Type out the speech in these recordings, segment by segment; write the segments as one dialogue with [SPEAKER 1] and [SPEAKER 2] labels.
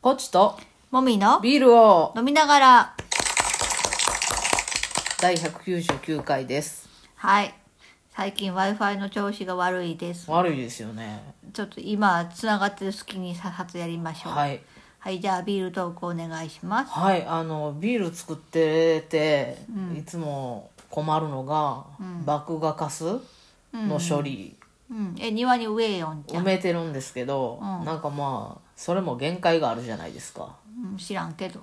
[SPEAKER 1] コチと
[SPEAKER 2] もみの
[SPEAKER 1] ビールを
[SPEAKER 2] 飲みながら、
[SPEAKER 1] 第199回です
[SPEAKER 2] はい。最近 Wi-Fi の調子が悪いです。
[SPEAKER 1] 悪いですよね
[SPEAKER 2] ちょっと今、つながってる隙にさっさとやりましょう。。
[SPEAKER 1] はいい
[SPEAKER 2] じゃあビールトークお願いします。
[SPEAKER 1] はいあのビール作ってて、いつも困るのが、麦芽かすの処理、
[SPEAKER 2] うん。え、庭に植えよんじゃ
[SPEAKER 1] 埋
[SPEAKER 2] ん。
[SPEAKER 1] めてるんですけど、なんかまあそれも限界があるじゃないですか
[SPEAKER 2] うん、知らんけど。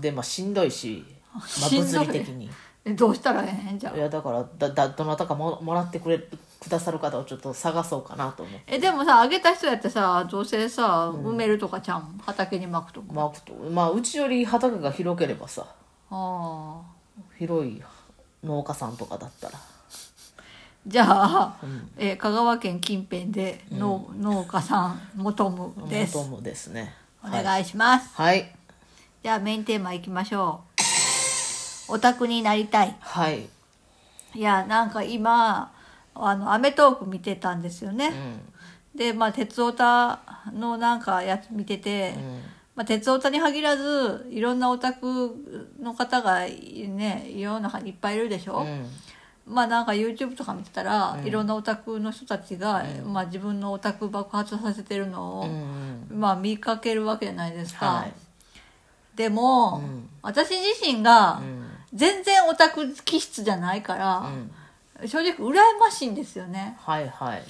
[SPEAKER 1] でまあしんどいし、まあ、
[SPEAKER 2] しんど
[SPEAKER 1] 物
[SPEAKER 2] い
[SPEAKER 1] 理的に
[SPEAKER 2] えどうしたらええんじゃ
[SPEAKER 1] い
[SPEAKER 2] ん。
[SPEAKER 1] やだからだだどなたかももらってくれくださる方をちょっと探そうかなと思って。
[SPEAKER 2] え、でもさ、あげた人やってさ、どうせさ、埋めるとかちゃうん。畑にまくとか。
[SPEAKER 1] まあ、とまあうちより畑が広ければさ
[SPEAKER 2] ああ。
[SPEAKER 1] 広い農家さんとかだったら
[SPEAKER 2] じゃあ、え香川県近辺で農,、農家さん求むです。
[SPEAKER 1] 元もですね
[SPEAKER 2] お
[SPEAKER 1] はい、
[SPEAKER 2] 願いします。
[SPEAKER 1] はい
[SPEAKER 2] じゃあメインテーマいきましょう。オタクになりたい。
[SPEAKER 1] はい
[SPEAKER 2] いや、なんか今、あの、アメトーク見てたんですよ
[SPEAKER 1] う
[SPEAKER 2] ね。
[SPEAKER 1] ん
[SPEAKER 2] で、まあ、鉄オタのなんかやつ見てて、
[SPEAKER 1] うん
[SPEAKER 2] まあ、鉄オタに限らず、いろんなオタクの方がね、いろんないっぱいいるでしょ、
[SPEAKER 1] うん
[SPEAKER 2] まあなんか YouTube とか見てたら、いろんなオタクの人たちが、まあ自分のオタク爆発させてる
[SPEAKER 1] う
[SPEAKER 2] のを、
[SPEAKER 1] ん
[SPEAKER 2] まあ見かけるわけじゃないですか。
[SPEAKER 1] はい
[SPEAKER 2] でも、
[SPEAKER 1] ん
[SPEAKER 2] 私自身が
[SPEAKER 1] うん
[SPEAKER 2] 全然オタク気質じゃないから
[SPEAKER 1] う、ん
[SPEAKER 2] 正直羨ましいんですよね。
[SPEAKER 1] はいはい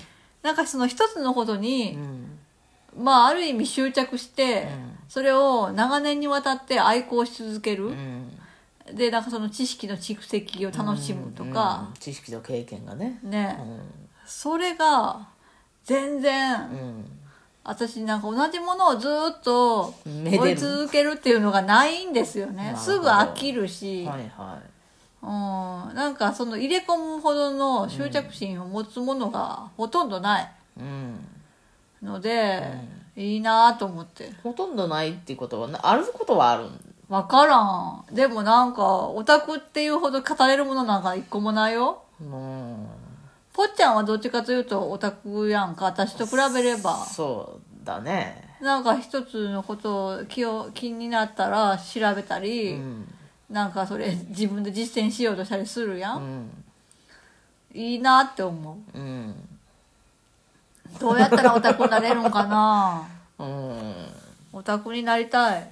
[SPEAKER 2] なんかその一つのこと
[SPEAKER 1] う
[SPEAKER 2] に、
[SPEAKER 1] ん
[SPEAKER 2] まあある意味執着して、それを長年にわたって愛好し続け
[SPEAKER 1] う
[SPEAKER 2] る。
[SPEAKER 1] ん
[SPEAKER 2] で、なんかその知識の蓄積を楽しむと
[SPEAKER 1] う
[SPEAKER 2] か
[SPEAKER 1] ん、知識と経験がね
[SPEAKER 2] ね、
[SPEAKER 1] うん
[SPEAKER 2] それが全
[SPEAKER 1] う
[SPEAKER 2] 然
[SPEAKER 1] ん
[SPEAKER 2] 私なんか同じものをずっと
[SPEAKER 1] めでる
[SPEAKER 2] 追い続けるっていうのがないんですよ
[SPEAKER 1] な
[SPEAKER 2] ね
[SPEAKER 1] るほど
[SPEAKER 2] すぐ飽きるし、
[SPEAKER 1] はいは
[SPEAKER 2] うん、なんかその入れ込むほどの執着心を持つものがほとんどない
[SPEAKER 1] いうん
[SPEAKER 2] ので、いいなと思って
[SPEAKER 1] ほとんどないっていうことはなあることはあるん
[SPEAKER 2] 分からんでもなんかオタクっていうほど語れるものなんか一個もないよ
[SPEAKER 1] うん
[SPEAKER 2] ぽっちゃんはどっちかというとオタクやんか私と比べれば
[SPEAKER 1] そうだね
[SPEAKER 2] なんか一つのことを気を気になったら調べたり、
[SPEAKER 1] うん
[SPEAKER 2] なんかそれ自分で実践しようとしたりするや、
[SPEAKER 1] うんん
[SPEAKER 2] いいなって思
[SPEAKER 1] う
[SPEAKER 2] う
[SPEAKER 1] ん
[SPEAKER 2] どうやったらオタクになれるんかな
[SPEAKER 1] うん
[SPEAKER 2] オタクになりたい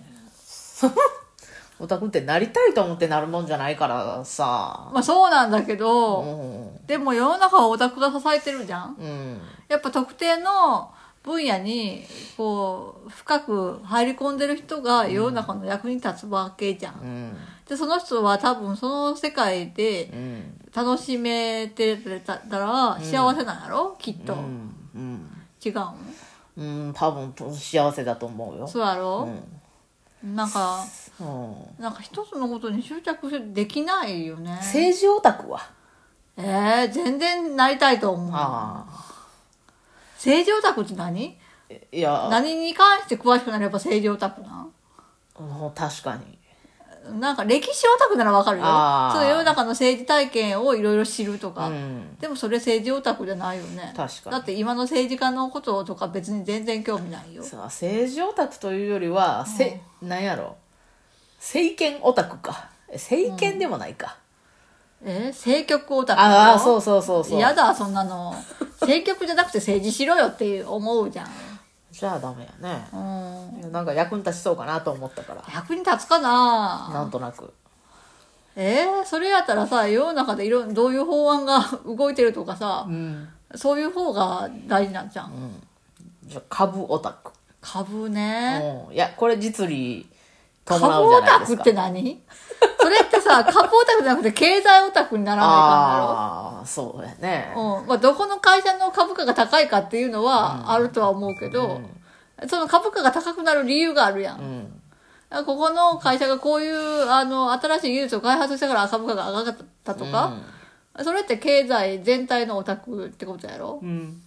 [SPEAKER 1] オタクってなりたいと思ってなるもんじゃないからさ
[SPEAKER 2] まあそうなんだけ
[SPEAKER 1] う
[SPEAKER 2] ど、
[SPEAKER 1] ん
[SPEAKER 2] でも世の中はオタクが支えてるじゃん
[SPEAKER 1] うん
[SPEAKER 2] やっぱ特定の分野にこう深く入り込んでる人が世の中の役に立つわけじゃん、
[SPEAKER 1] うん
[SPEAKER 2] でその人は多分その世界で
[SPEAKER 1] うん
[SPEAKER 2] 楽しめてたら幸せなんやろ、きっと、
[SPEAKER 1] うん
[SPEAKER 2] 違うん
[SPEAKER 1] うんうん多分幸せだと思うよ
[SPEAKER 2] そうやろ、
[SPEAKER 1] ん
[SPEAKER 2] なんか
[SPEAKER 1] うん
[SPEAKER 2] なんか一つのことに執着できないよね
[SPEAKER 1] 政治オタクは
[SPEAKER 2] えー、全然なりたいと思う
[SPEAKER 1] あ
[SPEAKER 2] 政治オタクって何
[SPEAKER 1] あいや
[SPEAKER 2] 何に関して詳しくなれば政治オタクなん
[SPEAKER 1] うん確かに
[SPEAKER 2] なんか歴史オタクならわかるよ
[SPEAKER 1] あー
[SPEAKER 2] そう世の中の政治体験をいろいろ知ると
[SPEAKER 1] う
[SPEAKER 2] か、
[SPEAKER 1] ん
[SPEAKER 2] でもそれ政治オタクじゃないよね
[SPEAKER 1] 確かに
[SPEAKER 2] だって今の政治家のこととか別に全然興味ないよ
[SPEAKER 1] さあ政治オタクというよりはせなんやろ政権オタクかえ政権でもないか
[SPEAKER 2] えー、政局オタク
[SPEAKER 1] ああそううそうそうそう
[SPEAKER 2] 嫌だそんなの政局じゃなくて政治しろよって思うじゃん
[SPEAKER 1] じゃあダメやね
[SPEAKER 2] うん
[SPEAKER 1] いやなんか役に立ちそうかなと思ったから
[SPEAKER 2] 役に立つかな
[SPEAKER 1] なんとなく
[SPEAKER 2] えー、それやったらさ世の中でいろどういう法案が 動いてるとかさ
[SPEAKER 1] うん
[SPEAKER 2] そういう方が大事なんじゃん、
[SPEAKER 1] じゃあ株オタク
[SPEAKER 2] 株ね、
[SPEAKER 1] うんいやこれ実利
[SPEAKER 2] 株
[SPEAKER 1] 伴うじゃな
[SPEAKER 2] オ
[SPEAKER 1] い
[SPEAKER 2] タ
[SPEAKER 1] で
[SPEAKER 2] ク
[SPEAKER 1] す
[SPEAKER 2] っ
[SPEAKER 1] か
[SPEAKER 2] て何それっ てさ株オタクじゃなくて経済オタクにならないか
[SPEAKER 1] ああそうやね
[SPEAKER 2] んだろ、うんまあ、どこの会社の株価が高いかっていうのはあるとは思うけど、その株価が高くなる理由があるやん
[SPEAKER 1] うん
[SPEAKER 2] あここの会社がこういうあの新しい技術を開発したから株価が上がったとか、それって経済全体のオタクってことやろ
[SPEAKER 1] うん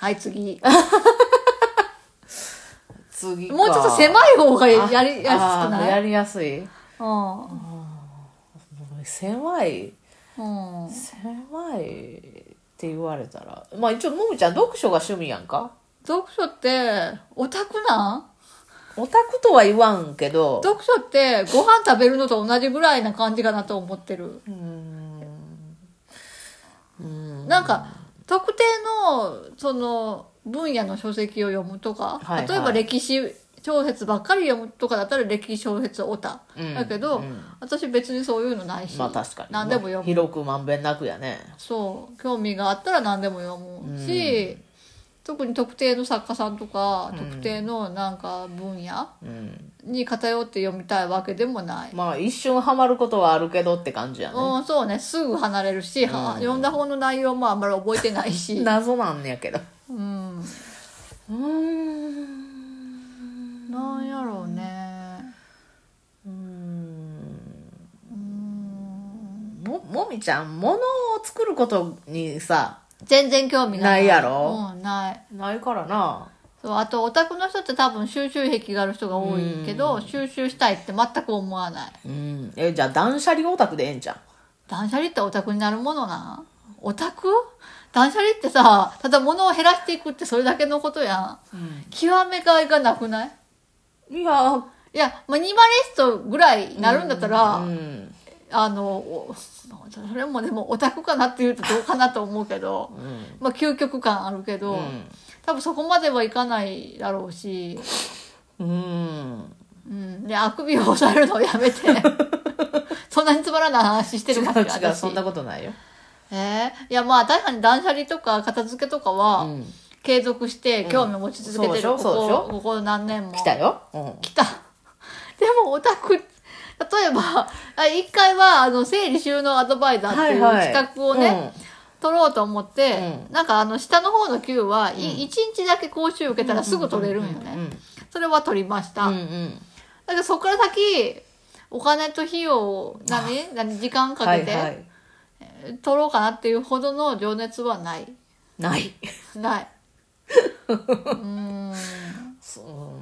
[SPEAKER 2] はい次
[SPEAKER 1] 次か
[SPEAKER 2] もうちょっと狭い方が
[SPEAKER 1] あ
[SPEAKER 2] やりやすく
[SPEAKER 1] あー
[SPEAKER 2] な
[SPEAKER 1] や
[SPEAKER 2] い
[SPEAKER 1] りやすい
[SPEAKER 2] うんう
[SPEAKER 1] 狭い
[SPEAKER 2] ん
[SPEAKER 1] 狭いって言われたらまあ一応もみちゃん読書が趣味やんか
[SPEAKER 2] 読書ってオタクなん
[SPEAKER 1] オタクとは言わんけど
[SPEAKER 2] 読書ってご飯食べるのと同じぐらいな感じかなと思ってる
[SPEAKER 1] うーんうーん
[SPEAKER 2] なんか特定のその分野の書籍を読むとか、
[SPEAKER 1] はいはい
[SPEAKER 2] 例えば歴史小説ばっかり読むとかだったら歴史小説オタ、
[SPEAKER 1] うん
[SPEAKER 2] だけど、
[SPEAKER 1] うん
[SPEAKER 2] 私別にそういうのないし、
[SPEAKER 1] まあ確かに
[SPEAKER 2] 何でも読む、
[SPEAKER 1] まあ広くまんべんなくやね
[SPEAKER 2] そう興味があったら何でも読むし、特に特定の作家さんとか、特定のなんか分野
[SPEAKER 1] うん
[SPEAKER 2] に偏って読みたいわけでもない、
[SPEAKER 1] まあ一瞬ハマることはあるけどって感じやね
[SPEAKER 2] うん、そうねすぐ離れるし、は読んだ本の内容もあんまり覚えてないし、
[SPEAKER 1] 謎なんやけど
[SPEAKER 2] うん、
[SPEAKER 1] うーん
[SPEAKER 2] なんやろうね
[SPEAKER 1] うーん
[SPEAKER 2] うん
[SPEAKER 1] ももみちゃん物を作ることにさ
[SPEAKER 2] 全然興味がない
[SPEAKER 1] ないやろ、
[SPEAKER 2] うん、ない
[SPEAKER 1] ないからな
[SPEAKER 2] そうあとオタクの人って多分収集癖がある人が多いけど収集したいって全く思わない
[SPEAKER 1] うんえじゃあ断捨離オタクでええんじゃん
[SPEAKER 2] 断捨離ってオタクになるものなんオタク断捨離ってさただ物を減らしていくってそれだけのことやん、極めがいがなくない
[SPEAKER 1] いや
[SPEAKER 2] いやミニマリストぐらいになるんだったら、
[SPEAKER 1] うん
[SPEAKER 2] あのおそれもでもオタクかなっていうとどうかなと思うけど、まあ究極感あるけど、
[SPEAKER 1] うん
[SPEAKER 2] 多分そこまではいかないだろうし、
[SPEAKER 1] うん
[SPEAKER 2] うん、であくびを抑えるのをやめて そんなにつまらない話して
[SPEAKER 1] 違う
[SPEAKER 2] るから
[SPEAKER 1] 違うそんなことないよ
[SPEAKER 2] えーいやまあ確かに断捨離とか片付けとかは、
[SPEAKER 1] うん
[SPEAKER 2] 継続して興味を持ち続けてる、
[SPEAKER 1] うん
[SPEAKER 2] こ
[SPEAKER 1] そうでしょそうでしょ
[SPEAKER 2] こここ何年も
[SPEAKER 1] 来たようん
[SPEAKER 2] 来た でもオタク例えばあ一回はあの整理収納アドバイザーっていう資格をね、取ろうと思って、なんかあの下の方の級は、い1日だけ講習受けたらすぐ取れるんよね、
[SPEAKER 1] うんうん
[SPEAKER 2] それは取りました、
[SPEAKER 1] うんうん
[SPEAKER 2] だからそこから先お金と費用を何何時間か
[SPEAKER 1] は
[SPEAKER 2] け
[SPEAKER 1] いは
[SPEAKER 2] て
[SPEAKER 1] い
[SPEAKER 2] 取ろうかなっていうほどの情熱はない
[SPEAKER 1] ない
[SPEAKER 2] ない
[SPEAKER 1] すうん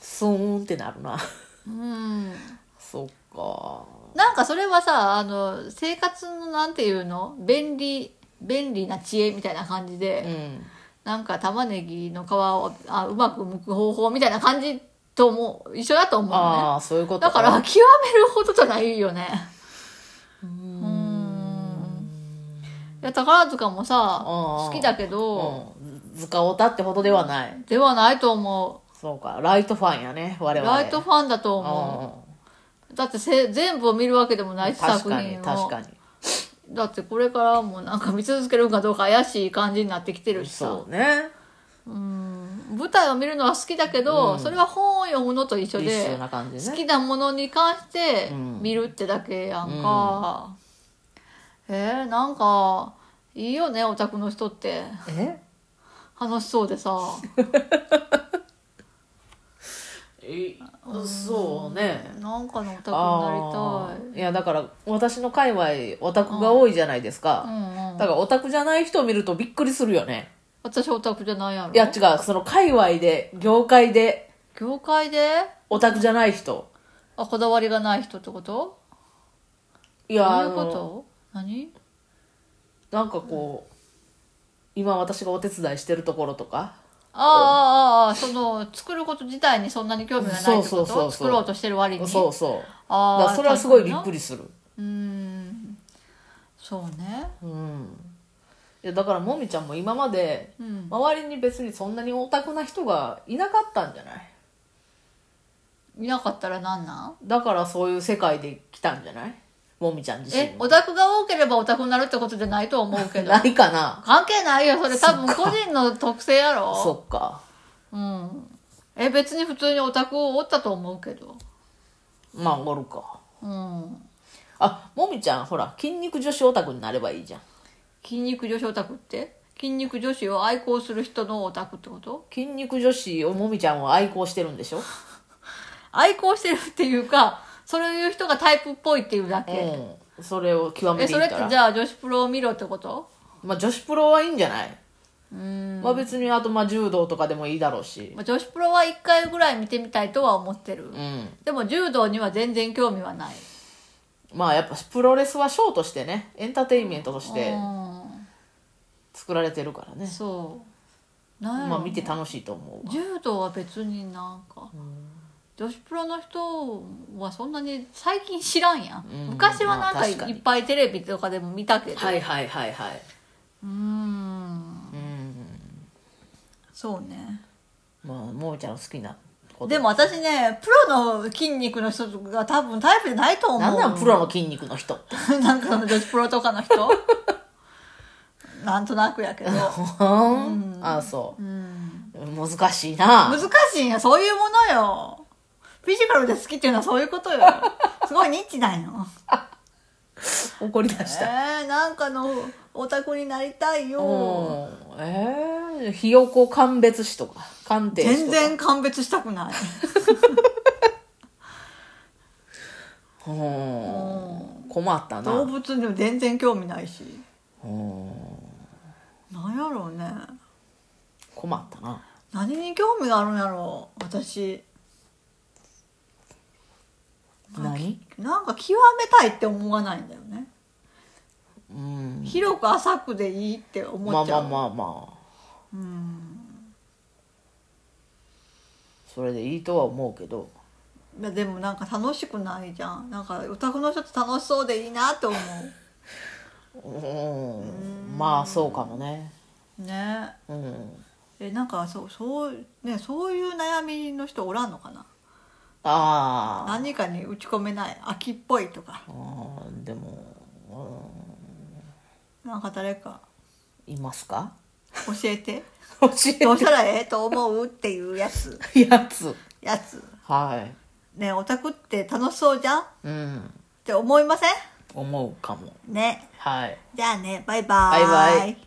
[SPEAKER 1] すーんってなるな
[SPEAKER 2] うん
[SPEAKER 1] そっか
[SPEAKER 2] なんかそれはさあの生活のなんていうの便利便利な知恵みたいな感じで、
[SPEAKER 1] うん
[SPEAKER 2] なんか玉ねぎの皮をあうまく剥く方法みたいな感じとも一緒だと思うのね
[SPEAKER 1] ああそういうこと
[SPEAKER 2] だから極めるほどじゃないよねうんいや宝塚もさ
[SPEAKER 1] うん
[SPEAKER 2] 好きだけど、
[SPEAKER 1] うんず図鑑オタってほどではない
[SPEAKER 2] ではないと思
[SPEAKER 1] そうかライトファンやね我
[SPEAKER 2] う
[SPEAKER 1] 々
[SPEAKER 2] ライトファンだと思うだってせ全部を見るわけでもな
[SPEAKER 1] う
[SPEAKER 2] い
[SPEAKER 1] ん
[SPEAKER 2] し
[SPEAKER 1] 確
[SPEAKER 2] 作
[SPEAKER 1] かに
[SPEAKER 2] 品
[SPEAKER 1] 確
[SPEAKER 2] を
[SPEAKER 1] かに
[SPEAKER 2] だってこれからもなんか見続けるかどうか怪しい感じになってきてるしさ
[SPEAKER 1] そうね
[SPEAKER 2] 舞台を見るのは好きだけど、それは本を読むのと一緒
[SPEAKER 1] 一
[SPEAKER 2] で
[SPEAKER 1] 緒な感じ
[SPEAKER 2] 好
[SPEAKER 1] ね
[SPEAKER 2] きなものに関して
[SPEAKER 1] うん
[SPEAKER 2] 見るってだけやんか、えー、なんかいいよねオタクの人って
[SPEAKER 1] え
[SPEAKER 2] 楽しそう でさ
[SPEAKER 1] えそうね
[SPEAKER 2] なんかのオタク
[SPEAKER 1] あ
[SPEAKER 2] にな
[SPEAKER 1] あ
[SPEAKER 2] り
[SPEAKER 1] いやだから私の界隈オタクが多いじゃないです
[SPEAKER 2] たい、う
[SPEAKER 1] か
[SPEAKER 2] んうん、
[SPEAKER 1] だからオタクじゃない人を見るとびっくりするよね
[SPEAKER 2] 私オタクじゃないやろ
[SPEAKER 1] いや違うその界隈で業界で
[SPEAKER 2] 業界で
[SPEAKER 1] オタクじゃない人
[SPEAKER 2] あこだわりがない人ってこと
[SPEAKER 1] い
[SPEAKER 2] ど
[SPEAKER 1] や
[SPEAKER 2] ういう
[SPEAKER 1] あ
[SPEAKER 2] こ
[SPEAKER 1] の
[SPEAKER 2] と何
[SPEAKER 1] なんかこう、今私がお手伝いしてるところとか
[SPEAKER 2] ああああああその作ること自体にそんなに興味がないって
[SPEAKER 1] そ
[SPEAKER 2] こと
[SPEAKER 1] うそうそうそう
[SPEAKER 2] 作ろうとしてる割に
[SPEAKER 1] そうそうだか
[SPEAKER 2] あ
[SPEAKER 1] ら
[SPEAKER 2] あ
[SPEAKER 1] それはすごいびっ
[SPEAKER 2] り
[SPEAKER 1] くりする
[SPEAKER 2] うんそうね
[SPEAKER 1] うんいやだからもみちゃんも今まで
[SPEAKER 2] うん
[SPEAKER 1] 周りに別にそんなにオタクな人がいなかったんじゃない
[SPEAKER 2] いなかったらなんなん
[SPEAKER 1] だからそういう世界で来たんじゃないもみちゃん自身
[SPEAKER 2] え
[SPEAKER 1] も
[SPEAKER 2] オタクが多ければオタクになるってことじゃないと思うけど
[SPEAKER 1] ないかな
[SPEAKER 2] 関係ないよそれ多分個人の特性やろ
[SPEAKER 1] そっか
[SPEAKER 2] うんえ別に普通にオタクをおったと思うけど
[SPEAKER 1] まあおるか
[SPEAKER 2] うん
[SPEAKER 1] あもみちゃんほら筋肉女子オタクになればいいじゃん
[SPEAKER 2] 筋肉女子オタクって筋肉女子を愛好する人のオタクってこと
[SPEAKER 1] 筋肉女子をもみちゃんは愛好してるんでしょ
[SPEAKER 2] 愛好してるっていうかそういう人がタイプっぽいっていうだけ、
[SPEAKER 1] うんそれを極め
[SPEAKER 2] え
[SPEAKER 1] てい
[SPEAKER 2] そ
[SPEAKER 1] っ
[SPEAKER 2] れったて
[SPEAKER 1] ら
[SPEAKER 2] じゃあ女子プロを見ろってこと
[SPEAKER 1] まあ女子プロはいいんじゃない、
[SPEAKER 2] うん、
[SPEAKER 1] まあ別にあとまあ柔道とかでもいいだろうし
[SPEAKER 2] まあ女子プロは1回ぐらい見てみたいとは思ってる、
[SPEAKER 1] うん
[SPEAKER 2] でも柔道には全然興味はない
[SPEAKER 1] まあやっぱプロレスはショーとしてねエンターテインメントとして
[SPEAKER 2] うん
[SPEAKER 1] 作られてるからね
[SPEAKER 2] そうなんやろ
[SPEAKER 1] まあ見て楽しいと思うわ
[SPEAKER 2] 柔道は別になんか女子プロの人はそんなに最近知らんやん、
[SPEAKER 1] うん
[SPEAKER 2] 昔はなん
[SPEAKER 1] まあ
[SPEAKER 2] かい
[SPEAKER 1] 確かに
[SPEAKER 2] っぱいテレビとかでも見たけど、
[SPEAKER 1] はいはいはいはいう
[SPEAKER 2] ーん
[SPEAKER 1] うん
[SPEAKER 2] そうね
[SPEAKER 1] まあももちゃんの好きなこと
[SPEAKER 2] でも私ねプロの筋肉の人が多分タイプじゃないと思う
[SPEAKER 1] なんなんプロの筋肉の人って
[SPEAKER 2] なんか女子プロとかの人 なんとなくやけど、
[SPEAKER 1] うんああそう
[SPEAKER 2] うん、
[SPEAKER 1] 難しいな
[SPEAKER 2] 難しいんやそういうものよフィジカルで好きっていうのはそういうこ とよすごいニッチなんよ
[SPEAKER 1] 怒り出した、
[SPEAKER 2] えー、なんかのオタクになりたいよ
[SPEAKER 1] うんええひよこ鑑別士とか鑑定士
[SPEAKER 2] 全
[SPEAKER 1] とか
[SPEAKER 2] 然鑑別した くない
[SPEAKER 1] うん困ったな
[SPEAKER 2] 動物にも全然興味ないし
[SPEAKER 1] うん
[SPEAKER 2] なんやろうね
[SPEAKER 1] 困ったな
[SPEAKER 2] 何に興味があるんやろう私
[SPEAKER 1] 何
[SPEAKER 2] なんか極めたいって思わないんだよね
[SPEAKER 1] うん
[SPEAKER 2] 広く浅くでいいって
[SPEAKER 1] ま
[SPEAKER 2] 思
[SPEAKER 1] あ
[SPEAKER 2] っち
[SPEAKER 1] ま
[SPEAKER 2] ゃう、
[SPEAKER 1] あまあまあ
[SPEAKER 2] うん
[SPEAKER 1] それでいいとは思うけど
[SPEAKER 2] いやでもなんか楽しくないじゃんなんかオタクの人って楽しそうでいいなって思
[SPEAKER 1] うんまあそうかもね
[SPEAKER 2] うね
[SPEAKER 1] うん
[SPEAKER 2] えなんかそうそうねそういう悩みの人おらんのかな
[SPEAKER 1] あ
[SPEAKER 2] 何かに打ち込めない秋っぽいとか
[SPEAKER 1] あうんでも、うん
[SPEAKER 2] なんか誰か
[SPEAKER 1] いますか
[SPEAKER 2] 教えて
[SPEAKER 1] 教
[SPEAKER 2] どうしたらええと思うっていうやつ
[SPEAKER 1] えるやつ
[SPEAKER 2] やつ
[SPEAKER 1] は
[SPEAKER 2] ねオタクって楽しそうじゃんっ
[SPEAKER 1] いうん
[SPEAKER 2] て思いません
[SPEAKER 1] 思うかも
[SPEAKER 2] ね
[SPEAKER 1] はい
[SPEAKER 2] じゃあねバイバ
[SPEAKER 1] バイバイ